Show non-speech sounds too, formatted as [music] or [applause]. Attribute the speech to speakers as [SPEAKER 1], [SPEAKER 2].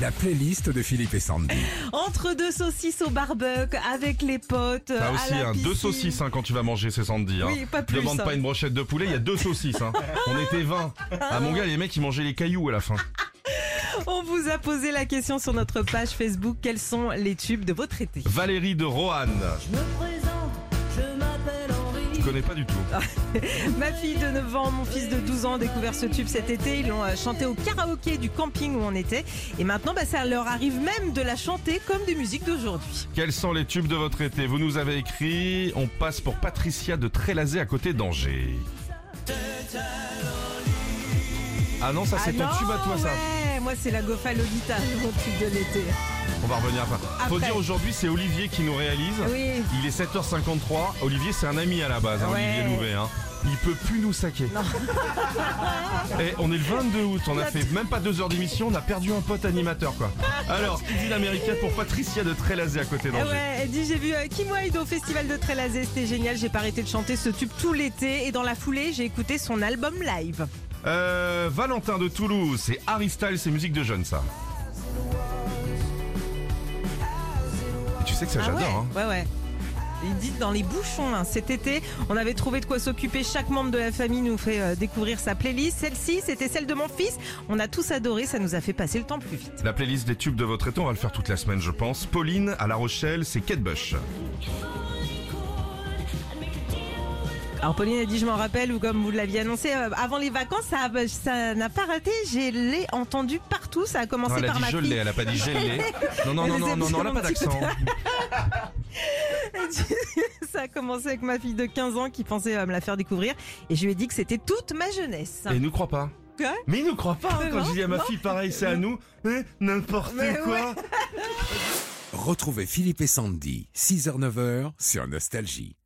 [SPEAKER 1] La playlist de Philippe et Sandy.
[SPEAKER 2] Entre deux saucisses au barbecue, avec les potes,
[SPEAKER 3] T'as
[SPEAKER 2] Euh, à
[SPEAKER 3] aussi
[SPEAKER 2] la
[SPEAKER 3] hein, deux
[SPEAKER 2] piscine.
[SPEAKER 3] saucisses hein, quand tu vas manger, c'est Sandy. Hein.
[SPEAKER 2] Oui, pas plus,
[SPEAKER 3] Demande
[SPEAKER 2] hein.
[SPEAKER 3] pas une brochette de poulet, il y a deux saucisses.
[SPEAKER 2] [laughs]
[SPEAKER 3] Hein. On était 20. À mon gars, les mecs, ils mangeaient les cailloux à la fin.
[SPEAKER 2] On vous a posé la question sur notre page Facebook. Quels sont les tubes de votre été
[SPEAKER 3] Valérie de Roanne.
[SPEAKER 4] Je me présente, je m'appelle Henri.
[SPEAKER 3] Je connais pas du tout.
[SPEAKER 2] Ma fille de 9 ans, mon fils de 12 ans ont découvert ce tube cet été. Ils l'ont euh, chanté au karaoké du camping où on était. Et maintenant, bah, ça leur arrive même de la chanter comme des musiques d'aujourd'hui.
[SPEAKER 3] Quels sont les tubes de votre été Vous nous avez écrit. On passe pour Patricia de Trélazé à côté d'Angers. Ah non, ça c'est
[SPEAKER 2] Ah
[SPEAKER 3] ton
[SPEAKER 2] non,
[SPEAKER 3] tube à toi ça.
[SPEAKER 2] ouais, Moi, c'est la Gofa Lolita, mon tube de l'été.
[SPEAKER 3] On va revenir après. Faut
[SPEAKER 2] Après.
[SPEAKER 3] dire aujourd'hui, c'est Olivier qui nous réalise.
[SPEAKER 2] Oui.
[SPEAKER 3] Il est 7h53. Olivier, c'est un ami à la base, hein,
[SPEAKER 2] Ouais.
[SPEAKER 3] Olivier Louvet. hein. Il peut plus nous saquer. [laughs] Et on est le 22 août, on a fait même pas deux heures d'émission, on a perdu un pote animateur quoi. Alors, qui dit l'américaine pour Patricia de Trélazé à côté
[SPEAKER 2] Ah
[SPEAKER 3] d'Angers
[SPEAKER 2] Ouais, elle dit j'ai vu euh, Kim Wilde au festival de Trélazé, c'était génial, j'ai pas arrêté de chanter ce tube tout l'été et dans la foulée j'ai écouté son album live.
[SPEAKER 3] Euh, Valentin de Toulouse, c'est Harry Styles, c'est musique de jeunes ça. Et tu sais que ça
[SPEAKER 2] Ah
[SPEAKER 3] j'adore.
[SPEAKER 2] ouais, ouais,
[SPEAKER 3] hein.
[SPEAKER 2] ouais. Il dit dans les bouchons hein. cet été, on avait trouvé de quoi s'occuper. Chaque membre de la famille nous fait euh, découvrir sa playlist. Celle-ci, c'était celle de mon fils. On a tous adoré, ça nous a fait passer le temps plus vite.
[SPEAKER 3] La playlist des tubes de votre été, on va le faire toute la semaine je pense. Pauline à La Rochelle, c'est Kate Bush.
[SPEAKER 2] Alors Pauline a dit, je m'en rappelle, ou comme vous l'aviez annoncé, euh, avant les vacances, ça ça n'a pas raté. Je l'ai entendu partout. Ça a commencé
[SPEAKER 3] Non, elle a
[SPEAKER 2] par
[SPEAKER 3] dit
[SPEAKER 2] Oh, ma
[SPEAKER 3] je
[SPEAKER 2] fille.
[SPEAKER 3] l'ai, elle a pas dit je l'ai. Non,
[SPEAKER 2] [laughs]
[SPEAKER 3] non,
[SPEAKER 2] Elle
[SPEAKER 3] non,
[SPEAKER 2] les
[SPEAKER 3] non,
[SPEAKER 2] aime
[SPEAKER 3] non, non, elle a pas
[SPEAKER 2] tellement, tu
[SPEAKER 3] d'accent.
[SPEAKER 2] Ça a commencé avec ma fille de 15 ans qui pensait euh, me la faire découvrir et je lui ai dit que c'était toute ma jeunesse.
[SPEAKER 3] Et il nous croit pas.
[SPEAKER 2] Quoi
[SPEAKER 3] Mais il nous croit pas hein, quand
[SPEAKER 2] Non,
[SPEAKER 3] je dis à ma fille pareil, c'est à nous. Eh, N'importe
[SPEAKER 2] Mais
[SPEAKER 3] quoi.
[SPEAKER 1] Retrouvez Philippe et Sandy, 6h-9h sur Nostalgie.